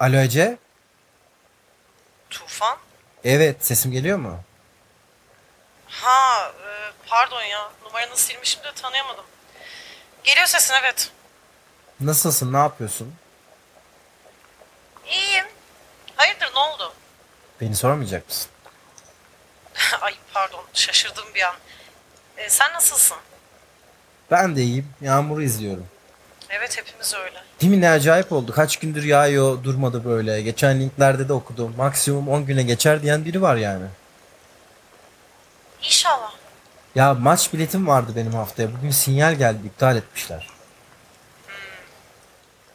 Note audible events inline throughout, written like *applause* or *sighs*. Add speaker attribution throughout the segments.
Speaker 1: Alo Ece.
Speaker 2: Tufan?
Speaker 1: Evet sesim geliyor mu?
Speaker 2: Ha, e, pardon ya. Numaranı silmişim de tanıyamadım. Geliyor sesin evet.
Speaker 1: Nasılsın? Ne yapıyorsun?
Speaker 2: İyiyim. Hayırdır ne oldu? *laughs*
Speaker 1: Beni sormayacak mısın?
Speaker 2: Ay pardon şaşırdım bir an. E, sen nasılsın?
Speaker 1: Ben de iyiyim. Yağmuru izliyorum.
Speaker 2: Evet hepimiz öyle.
Speaker 1: Değil mi ne acayip oldu. Kaç gündür yağıyor durmadı böyle. Geçen linklerde de okudum. Maksimum 10 güne geçer diyen biri var yani.
Speaker 2: İnşallah.
Speaker 1: Ya maç biletim vardı benim haftaya. Bugün sinyal geldi iptal etmişler.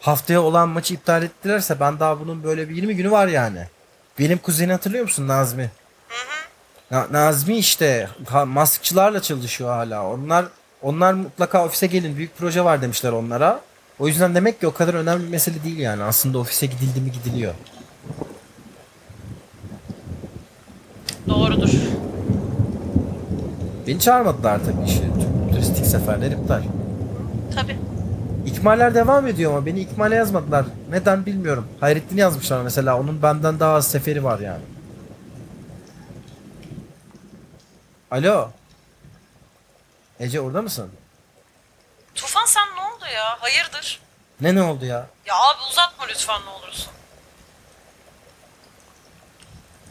Speaker 1: Haftaya olan maçı iptal ettilerse ben daha bunun böyle bir 20 günü var yani. Benim kuzeni hatırlıyor musun Nazmi? Na- Nazmi işte ha, maskçılarla çalışıyor hala. Onlar onlar mutlaka ofise gelin büyük proje var demişler onlara. O yüzden demek ki o kadar önemli bir mesele değil yani. Aslında ofise gidildi mi gidiliyor.
Speaker 2: Doğrudur.
Speaker 1: Beni çağırmadılar tabii işte. Tüm turistik seferler iptal.
Speaker 2: Tabii.
Speaker 1: İkmaller devam ediyor ama beni ikmale yazmadılar. Neden bilmiyorum. Hayrettin'i yazmışlar mesela. Onun benden daha az seferi var yani. Alo. Ece orada mısın?
Speaker 2: Tufan sen ne oldu ya? Hayırdır?
Speaker 1: Ne ne oldu ya?
Speaker 2: Ya abi uzatma lütfen ne olursun.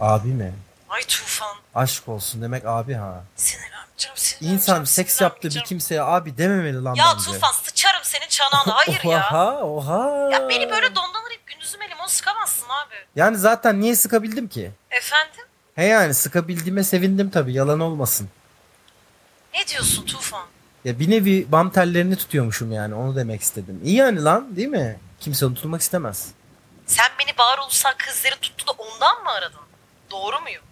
Speaker 1: Abi mi?
Speaker 2: Ay Tufan.
Speaker 1: Aşk olsun demek abi ha.
Speaker 2: Sinirlenmeyeceğim sinirlenmeyeceğim.
Speaker 1: İnsan seks yaptığı bir
Speaker 2: sinirlenmeyeceğim.
Speaker 1: kimseye abi dememeli lan
Speaker 2: Ya
Speaker 1: bence.
Speaker 2: Tufan sıçarım senin çanağına.
Speaker 1: *laughs*
Speaker 2: Hayır ya.
Speaker 1: Oha oha.
Speaker 2: Ya beni böyle dondanırıp gündüzüme limon sıkamazsın abi.
Speaker 1: Yani zaten niye sıkabildim ki?
Speaker 2: Efendim?
Speaker 1: He yani sıkabildiğime sevindim tabii yalan olmasın.
Speaker 2: Ne diyorsun Tufan?
Speaker 1: Ya bir nevi bam tellerini tutuyormuşum yani onu demek istedim. İyi yani lan değil mi? Kimse onu tutmak istemez.
Speaker 2: Sen beni Bahar Ulusal kızları tuttu da ondan mı aradın? Doğru muyum?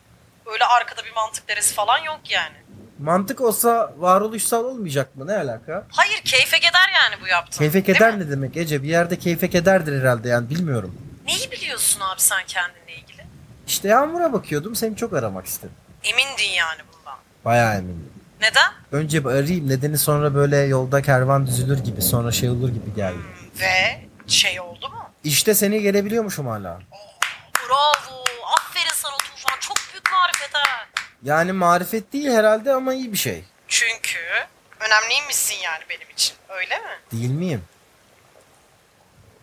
Speaker 2: Öyle arkada bir mantık deresi falan yok yani.
Speaker 1: Mantık olsa varoluşsal olmayacak mı? Ne alaka?
Speaker 2: Hayır keyfe gider yani bu yaptığın.
Speaker 1: Keyfek
Speaker 2: değil
Speaker 1: eder
Speaker 2: mi?
Speaker 1: ne demek Ece? Bir yerde keyfek ederdir herhalde yani bilmiyorum.
Speaker 2: Neyi biliyorsun abi sen kendinle ilgili?
Speaker 1: İşte yağmura bakıyordum seni çok aramak istedim.
Speaker 2: Emindin yani bundan.
Speaker 1: Bayağı eminim.
Speaker 2: Neden?
Speaker 1: Önce bir arayayım nedeni sonra böyle yolda kervan düzülür gibi sonra şey olur gibi geldi.
Speaker 2: Hmm, Ve şey oldu mu?
Speaker 1: İşte seni gelebiliyormuşum hala.
Speaker 2: Bravo. Aferin sana Tufan. Çok büyük marifet ha.
Speaker 1: Yani marifet değil herhalde ama iyi bir şey.
Speaker 2: Çünkü önemliymişsin yani benim için. Öyle mi?
Speaker 1: Değil miyim?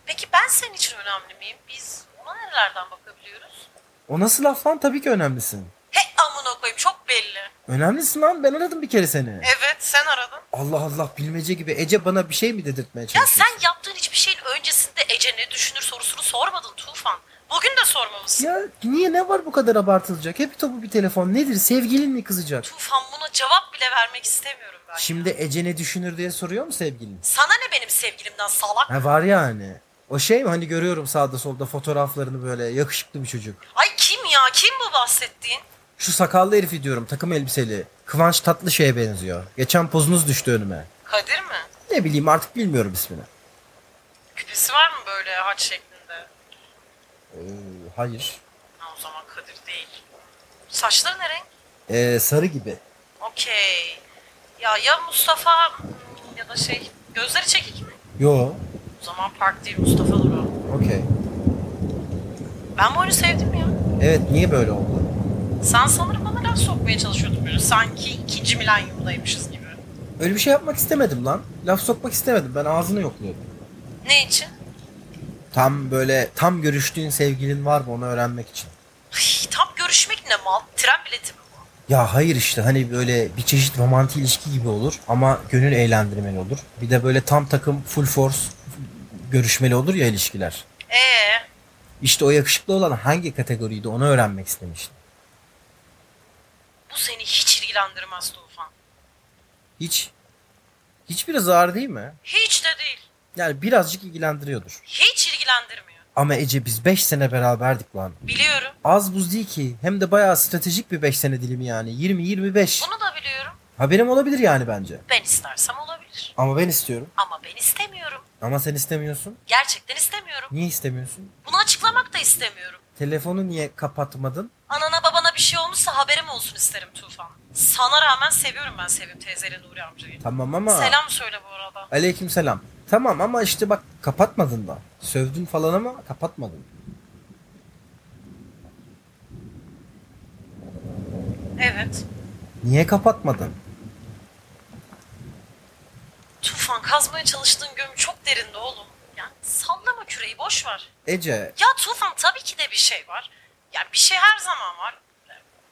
Speaker 2: Peki ben senin için önemli miyim? Biz ona nerelerden bakabiliyoruz?
Speaker 1: O nasıl laf lan? Tabii ki önemlisin.
Speaker 2: He amına koyayım çok belli.
Speaker 1: Önemlisin lan ben aradım bir kere seni.
Speaker 2: Evet sen aradın.
Speaker 1: Allah Allah bilmece gibi Ece bana bir şey mi dedirtmeye
Speaker 2: Ya
Speaker 1: çalışıyorsun?
Speaker 2: sen yaptığın hiçbir şeyin öncesinde Ece ne düşünür sorusunu sormadın Tufan. Bugün de sormamışsın.
Speaker 1: Ya niye ne var bu kadar abartılacak? Hep topu bir telefon nedir? Sevgilin mi kızacak?
Speaker 2: Tufan buna cevap bile vermek istemiyorum ben.
Speaker 1: Şimdi Ece ne düşünür diye soruyor mu sevgilin?
Speaker 2: Sana ne benim sevgilimden salak?
Speaker 1: Ha var ya hani. O şey mi hani görüyorum sağda solda fotoğraflarını böyle yakışıklı bir çocuk.
Speaker 2: Ay kim ya? Kim bu bahsettiğin?
Speaker 1: Şu sakallı herifi diyorum takım elbiseli. Kıvanç tatlı şeye benziyor. Geçen pozunuz düştü önüme.
Speaker 2: Kadir mi?
Speaker 1: Ne bileyim artık bilmiyorum ismini.
Speaker 2: Küpesi var mı böyle haç şeklinde?
Speaker 1: Ee, hayır.
Speaker 2: Ha, o zaman Kadir değil. Saçları ne renk?
Speaker 1: Ee, sarı gibi.
Speaker 2: Okey. Ya ya Mustafa hmm, ya da şey gözleri çekik mi?
Speaker 1: Yo.
Speaker 2: O zaman Park değil Mustafa'dır o.
Speaker 1: Okey.
Speaker 2: Ben bu oyunu sevdim ya.
Speaker 1: Evet niye böyle oldu?
Speaker 2: Sen sanırım bana laf sokmaya çalışıyordun böyle. Sanki ikinci milenyumdaymışız gibi.
Speaker 1: Öyle bir şey yapmak istemedim lan. Laf sokmak istemedim. Ben ağzını yokluyordum.
Speaker 2: Ne için?
Speaker 1: Tam böyle tam görüştüğün sevgilin var mı onu öğrenmek için.
Speaker 2: Ay, tam görüşmek ne mal? Tren bileti mi bu?
Speaker 1: Ya hayır işte hani böyle bir çeşit romantik ilişki gibi olur ama gönül eğlendirmeli olur. Bir de böyle tam takım full force görüşmeli olur ya ilişkiler.
Speaker 2: Ee,
Speaker 1: İşte o yakışıklı olan hangi kategoriydi onu öğrenmek istemiştim.
Speaker 2: bu seni hiç ilgilendirmez Tufan.
Speaker 1: Hiç hiçbiri zar değil mi?
Speaker 2: Hiç de değil.
Speaker 1: Yani birazcık ilgilendiriyordur.
Speaker 2: Hiç ilgilendirmiyor.
Speaker 1: Ama Ece biz 5 sene beraberdik lan.
Speaker 2: Biliyorum.
Speaker 1: Az buz değil ki. Hem de bayağı stratejik bir 5 sene dilimi yani. 20-25.
Speaker 2: Bunu da biliyorum.
Speaker 1: Haberim olabilir yani bence.
Speaker 2: Ben istersem olabilir.
Speaker 1: Ama ben istiyorum.
Speaker 2: Ama ben istemiyorum. Ama
Speaker 1: Ama sen istemiyorsun.
Speaker 2: Gerçekten istemiyorum.
Speaker 1: Niye istemiyorsun?
Speaker 2: Bunu açıklamak da istemiyorum.
Speaker 1: Telefonu niye kapatmadın?
Speaker 2: Anana babana bir şey olmuşsa haberim olsun isterim Tufan. Sana rağmen seviyorum ben Sevim teyzeyle Nuri amcayı.
Speaker 1: Tamam ama...
Speaker 2: Selam söyle bu arada.
Speaker 1: Aleyküm selam. Tamam ama işte bak kapatmadın da. Sövdün falan ama kapatmadın.
Speaker 2: Evet.
Speaker 1: Niye kapatmadın?
Speaker 2: Tufan kazmaya çalıştığın göm çok derinde oğlum. Yani sallama küreği boş ver.
Speaker 1: Ece
Speaker 2: Ya Tufan tabii ki de bir şey var. Yani bir şey her zaman var.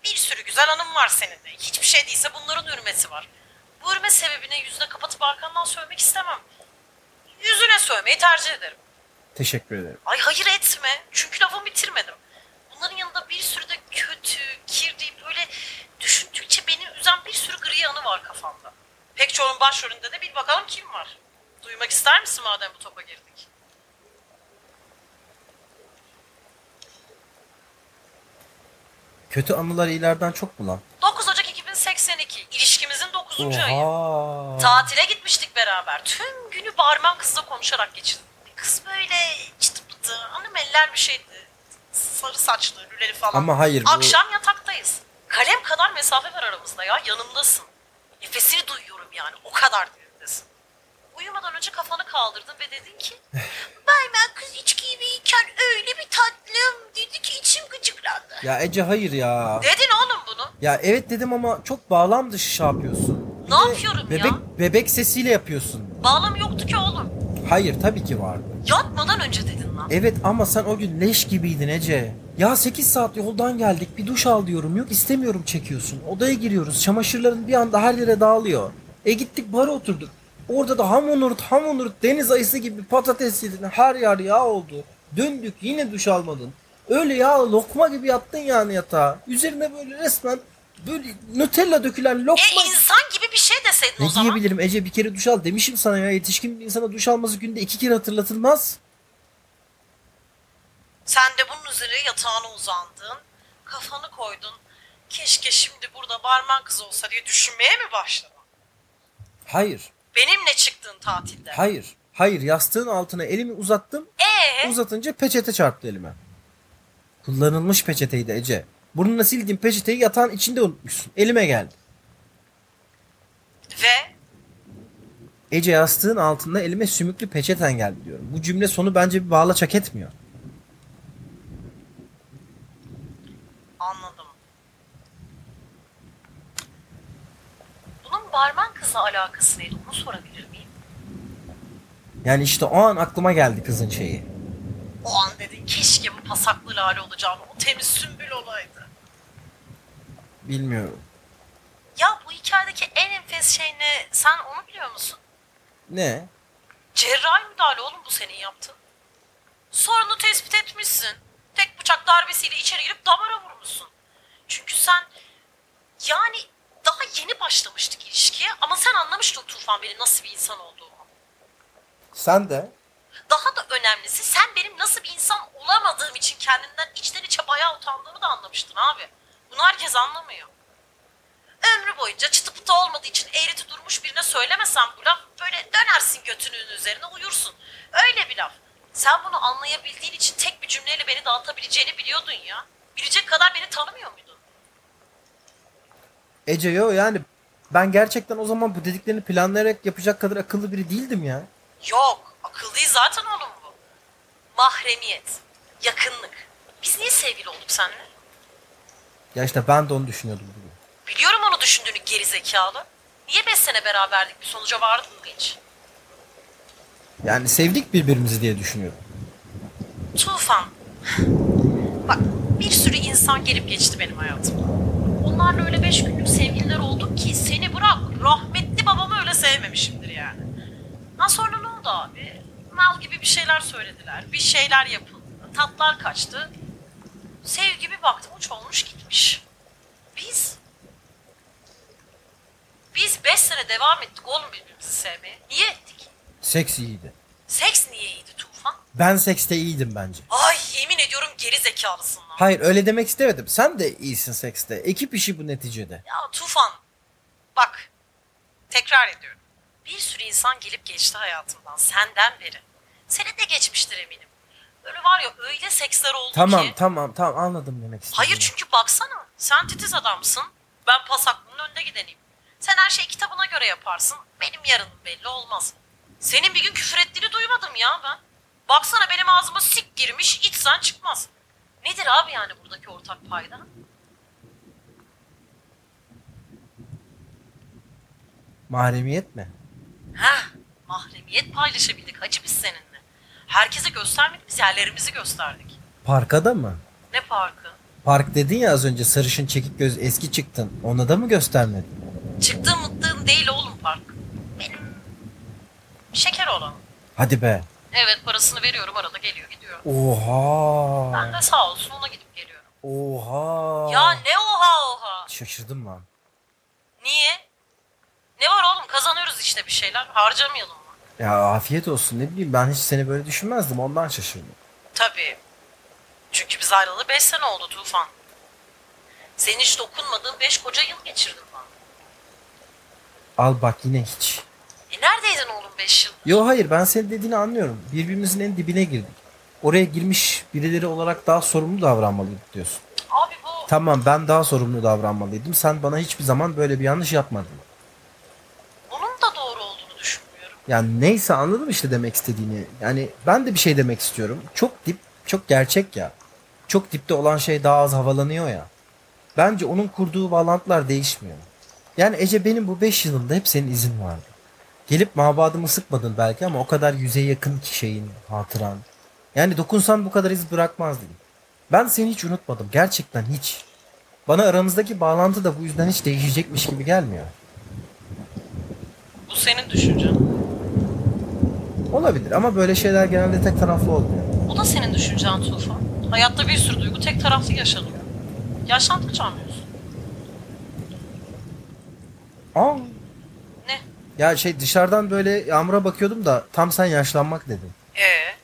Speaker 2: Bir sürü güzel anım var senin de. Hiçbir şey değilse bunların ürmesi var. Bu ürme sebebini yüzüne kapatıp arkandan sövmek istemem. Yüzüne sövmeyi tercih ederim.
Speaker 1: teşekkür ederim.
Speaker 2: Ay hayır etme. Çünkü lafımı bitirmedim. Bunların yanında bir sürü de kötü, kirli, böyle düşündükçe beni üzen bir sürü gri anı var kafamda. Pek çoğunun başrolünde de bil bakalım kim var. Duymak ister misin madem bu topa girdik?
Speaker 1: Kötü anılar iyilerden çok mu lan?
Speaker 2: 9 Ocak 2082. İlişkimizin 9. ayı.
Speaker 1: Oha.
Speaker 2: Tatile gitmiştik beraber. Tüm günü barman kızla konuşarak geçirdim. Kız böyle çıtı pıtı, hanım eller bir şeydi. Sarı saçlı, lüleli falan.
Speaker 1: Ama hayır bu
Speaker 2: Akşam yataktayız. Kalem kadar mesafe var aramızda ya. Yanımdasın. Nefesini duyuyorum yani. O kadar derindesin. Uyumadan önce kafanı kaldırdın ve dedin
Speaker 1: *sighs*
Speaker 2: ki Bayman kız içkiyi iken öyle bir tatlım dedi ki içim gıcıklandı.
Speaker 1: ya Ece hayır ya.
Speaker 2: Dedin oğlum bunu.
Speaker 1: Ya evet dedim ama çok bağlam dışı şey yapıyorsun. Bir
Speaker 2: Ne
Speaker 1: de
Speaker 2: yapıyorum
Speaker 1: bebek,
Speaker 2: ya?
Speaker 1: Bebek sesiyle yapıyorsun.
Speaker 2: Bağlam yoktu ki oğlum.
Speaker 1: Hayır tabii ki vardı.
Speaker 2: Yatmadan önce dedin lan.
Speaker 1: Evet ama sen o gün leş gibiydin Ece. Ya 8 saat yoldan geldik bir duş al diyorum yok istemiyorum çekiyorsun. Odaya giriyoruz çamaşırların bir anda her yere dağılıyor. E gittik bara oturduk. Orada da hamonurt hamonurt deniz ayısı gibi patates yedin her yer yağ oldu. Döndük yine duş almadın. Öyle ya lokma gibi yattın yani yatağa. Üzerine böyle resmen böyle Nutella dökülen lokma.
Speaker 2: E insan gibi bir şey deseydin o
Speaker 1: ne
Speaker 2: zaman.
Speaker 1: diyebilirim Ece bir kere duş al demişim sana ya yetişkin bir insana duş alması günde iki kere hatırlatılmaz.
Speaker 2: Sen de bunun üzerine yatağına uzandın. Kafanı koydun. Keşke şimdi burada barman kız olsa diye düşünmeye mi başladın?
Speaker 1: Hayır
Speaker 2: Benimle çıktığın tatilde.
Speaker 1: Hayır. Hayır yastığın altına elimi uzattım.
Speaker 2: Ee,
Speaker 1: Uzatınca peçete çarptı elime. Kullanılmış peçeteydi Ece. Burnuna sildiğin peçeteyi yatağın içinde unutmuşsun. Elime geldi.
Speaker 2: ve
Speaker 1: Ece yastığın altında elime sümüklü peçeten geldi diyorum. Bu cümle sonu bence bir bağla çak etmiyor.
Speaker 2: anladım. Bunun barman kızla alakası neydi onu sorabilir miyim?
Speaker 1: Yani işte o an aklıma geldi kızın şeyi.
Speaker 2: O an dedin keşke bu pasaklı lale olacağını o temiz sümbül olaydı.
Speaker 1: Bilmiyorum.
Speaker 2: Ya bu hikayedeki en enfes şey ne sen onu biliyor musun?
Speaker 1: Ne?
Speaker 2: Cerrahi müdahale oğlum bu senin yaptığın. Sorunu tespit etmişsin. Tek bıçak darbesiyle içeri girip damara vurmuşsun. Çünkü sen yani daha yeni başlamıştık ilişkiye ama sen anlamıştın Tufan benim nasıl bir insan olduğumu.
Speaker 1: Sen de.
Speaker 2: Daha da önemlisi sen benim nasıl bir insan olamadığım için kendinden içten içe bayağı utandığımı da anlamıştın abi. Bunu herkes anlamıyor. Ömrü boyunca çıtı pıtı olmadığı için eğriti durmuş birine söylemesen bu laf böyle dönersin götünün üzerine uyursun. Öyle bir laf. Sen bunu anlayabildiğin için tek bir cümleyle beni dağıtabileceğini biliyordun ya. Bilecek kadar beni tanımıyor muydun?
Speaker 1: Ece yo yani ben gerçekten o zaman bu dediklerini planlayarak yapacak kadar akıllı biri değildim ya.
Speaker 2: Yok. Akıl değil zaten oğlum bu. Mahremiyet. Yakınlık. Biz niye sevgili olduk seninle?
Speaker 1: Ya işte ben de onu düşünüyordum bugün.
Speaker 2: Biliyorum onu düşündüğünü geri zekalı. Niye beş sene beraberdik bir sonuca vardın mı hiç?
Speaker 1: Yani sevdik birbirimizi diye düşünüyordum.
Speaker 2: Tufan. Bak bir sürü insan gelip geçti benim hayatımda. Onlarla öyle beş günlük sevgililer olduk ki seni bırak rahmetli babamı öyle sevmemişimdir yani. Ha sonra ne oldu abi? Mal gibi bir şeyler söylediler. Bir şeyler yapıldı. Tatlar kaçtı. Sevgi bir baktım uç olmuş gitmiş. Biz biz beş sene devam ettik oğlum birbirimizi sevmeye. Niye ettik?
Speaker 1: Seks iyiydi.
Speaker 2: Seks niye iyiydi Tufan?
Speaker 1: Ben sekste iyiydim bence.
Speaker 2: Ay yemin ediyorum geri zekalısın lan.
Speaker 1: Hayır öyle demek istemedim. Sen de iyisin sekste. Ekip işi bu neticede.
Speaker 2: Ya Tufan bak tekrar ediyorum. Bir sürü insan gelip geçti hayatımdan senden beri. Senin de geçmiştir eminim. Böyle var ya öyle seksler oldu
Speaker 1: Tamam
Speaker 2: ki.
Speaker 1: tamam tamam anladım demek istedim.
Speaker 2: Hayır çünkü baksana sen titiz adamsın. Ben pasaklının önde gideneyim. Sen her şeyi kitabına göre yaparsın. Benim yarınım belli olmaz. Senin bir gün küfür ettiğini duymadım ya ben. Baksana benim ağzıma sik girmiş içsen çıkmaz. Nedir abi yani buradaki ortak payda?
Speaker 1: Mahremiyet mi?
Speaker 2: Heh, mahremiyet paylaşabildik hacı biz seninle. Herkese göstermedik, biz yerlerimizi gösterdik.
Speaker 1: Parkada mı?
Speaker 2: Ne parkı?
Speaker 1: Park dedin ya az önce sarışın çekik göz eski çıktın. Ona da mı göstermedin?
Speaker 2: Çıktığım mıttığım değil oğlum park. Benim. Şeker olan.
Speaker 1: Hadi be.
Speaker 2: Evet parasını veriyorum arada geliyor gidiyor. Ben
Speaker 1: Oha.
Speaker 2: de sağ olsun ona gidip geliyorum.
Speaker 1: Oha.
Speaker 2: Ya ne oha oha.
Speaker 1: Şaşırdım lan.
Speaker 2: Niye? Ne var oğlum kazanıyoruz işte bir şeyler harcamayalım mı?
Speaker 1: Ya afiyet olsun ne bileyim ben hiç seni böyle düşünmezdim ondan şaşırdım.
Speaker 2: Tabii. Çünkü biz ayrılalı 5 sene oldu Tufan. Senin hiç dokunmadığın 5 koca yıl geçirdim ben.
Speaker 1: Al bak yine hiç.
Speaker 2: E neredeydin oğlum 5 yıl?
Speaker 1: Yo hayır ben senin dediğini anlıyorum. Birbirimizin en dibine girdik. Oraya girmiş birileri olarak daha sorumlu davranmalıydık diyorsun.
Speaker 2: Abi bu...
Speaker 1: Tamam ben daha sorumlu davranmalıydım. Sen bana hiçbir zaman böyle bir yanlış yapmadın.
Speaker 2: Bunun da doğru olduğunu düşünmüyorum.
Speaker 1: Yani neyse anladım işte demek istediğini. Yani ben de bir şey demek istiyorum. Çok dip, çok gerçek ya. Çok dipte olan şey daha az havalanıyor ya. Bence onun kurduğu bağlantılar değişmiyor. Yani Ece benim bu 5 yılımda hep senin izin vardı. Gelip mabadımı sıkmadın belki ama o kadar yüzeye yakın ki şeyin, hatıran. Yani dokunsan bu kadar iz bırakmazdın. Ben seni hiç unutmadım. Gerçekten hiç. Bana aramızdaki bağlantı da bu yüzden hiç değişecekmiş gibi gelmiyor.
Speaker 2: Bu senin düşüncen.
Speaker 1: Olabilir ama böyle şeyler genelde tek taraflı olmuyor.
Speaker 2: Bu da senin düşüncen Tufan. Hayatta bir sürü duygu tek taraflı yaşanıyor. Yaşandıkça anlıyorsun.
Speaker 1: Aa,
Speaker 2: Ne?
Speaker 1: Ya şey dışarıdan böyle yağmura bakıyordum da tam sen yaşlanmak dedin.
Speaker 2: Ee?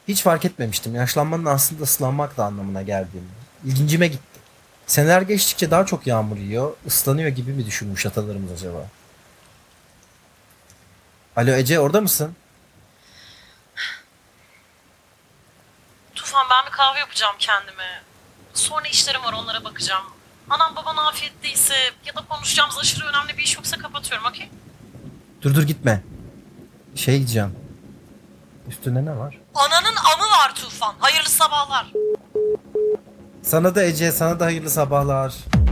Speaker 1: Hiç fark etmemiştim. Yaşlanmanın aslında ıslanmak da anlamına geldiğini. İlgincime gitti. Seneler geçtikçe daha çok yağmur yiyor, ıslanıyor gibi mi düşünmüş atalarımız acaba? Alo Ece orada mısın?
Speaker 2: Tufan ben bir kahve yapacağım kendime. Sonra işlerim var onlara bakacağım. Anam baban afiyetteyse ya da konuşacağımız aşırı önemli bir iş yoksa kapatıyorum okey?
Speaker 1: Dur dur gitme. Şey diyeceğim. Üstünde ne var?
Speaker 2: Ananın amı var Tufan. Hayırlı sabahlar.
Speaker 1: Sana da Ece, sana da hayırlı sabahlar.